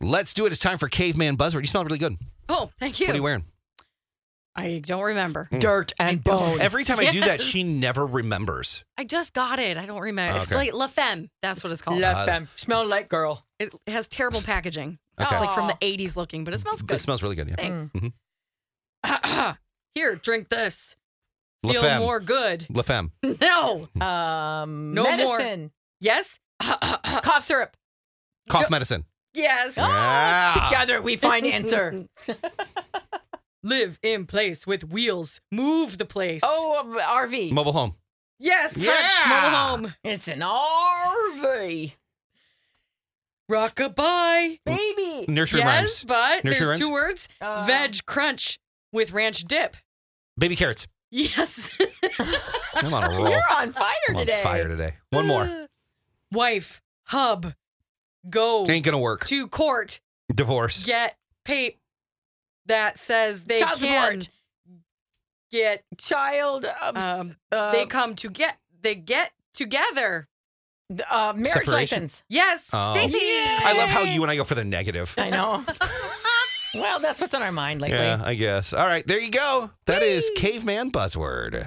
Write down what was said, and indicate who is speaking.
Speaker 1: Let's do it. It's time for Caveman Buzzword. You smell really good.
Speaker 2: Oh, thank you.
Speaker 1: What are you wearing?
Speaker 2: I don't remember.
Speaker 1: Mm.
Speaker 3: Dirt and bone.
Speaker 1: Every time I do that,
Speaker 2: Yes.
Speaker 1: she never remembers.
Speaker 2: I just got it. I don't remember. It's
Speaker 1: Oh, Okay.
Speaker 2: like La Femme. That's what it's called.
Speaker 3: Left them. Smell like girl.
Speaker 2: It has terrible packaging.
Speaker 1: Okay.
Speaker 2: It's like from the
Speaker 3: Aw.
Speaker 2: 80s looking, but it smells
Speaker 1: It
Speaker 2: good.
Speaker 1: smells really good. Yeah.
Speaker 2: Thanks.
Speaker 1: Mhm.
Speaker 2: Here, drink this.
Speaker 1: Mm-hmm. La
Speaker 2: Feel
Speaker 1: Femme.
Speaker 2: more good.
Speaker 1: La Femme.
Speaker 2: No.
Speaker 1: Mm.
Speaker 3: Um,
Speaker 2: No more.
Speaker 3: medicine.
Speaker 2: Yes.
Speaker 3: Cough syrup.
Speaker 1: Cough medicine.
Speaker 2: yes.
Speaker 1: Yeah.
Speaker 3: Together we find answer.
Speaker 2: Live in place with wheels. Move the place.
Speaker 3: oh, um, RV.
Speaker 1: Mobile home.
Speaker 2: yes.
Speaker 1: Yeah.
Speaker 2: Hutch, mobile home.
Speaker 3: it's an RV.
Speaker 2: Rockabye.
Speaker 3: Baby.
Speaker 1: Nursery
Speaker 2: yes,
Speaker 1: rhymes.
Speaker 2: but
Speaker 1: Nursery
Speaker 2: there's
Speaker 1: rhymes?
Speaker 2: two words.
Speaker 3: Uh,
Speaker 2: Veg crunch with ranch dip.
Speaker 1: Baby carrots.
Speaker 2: Yes.
Speaker 1: I'm on a roll.
Speaker 3: You're on fire
Speaker 1: I'm on
Speaker 3: today.
Speaker 1: fire today. One more.
Speaker 2: Wife, hub, go
Speaker 1: Ain't gonna work.
Speaker 2: to court,
Speaker 1: Divorce.
Speaker 2: get pape that says they
Speaker 3: Child
Speaker 2: can
Speaker 3: support.
Speaker 2: get
Speaker 3: Child. Obs-
Speaker 2: Um,
Speaker 3: uh,
Speaker 2: they come to get they get together.
Speaker 3: uh, marriage
Speaker 1: Separation.
Speaker 3: license.
Speaker 2: Yes,
Speaker 1: Oh.
Speaker 2: Stacy.
Speaker 1: I love how you and I go for the negative.
Speaker 3: I know. well, that's what's on our mind lately.
Speaker 1: Yeah, I guess. All right, there you go. That is caveman buzzword.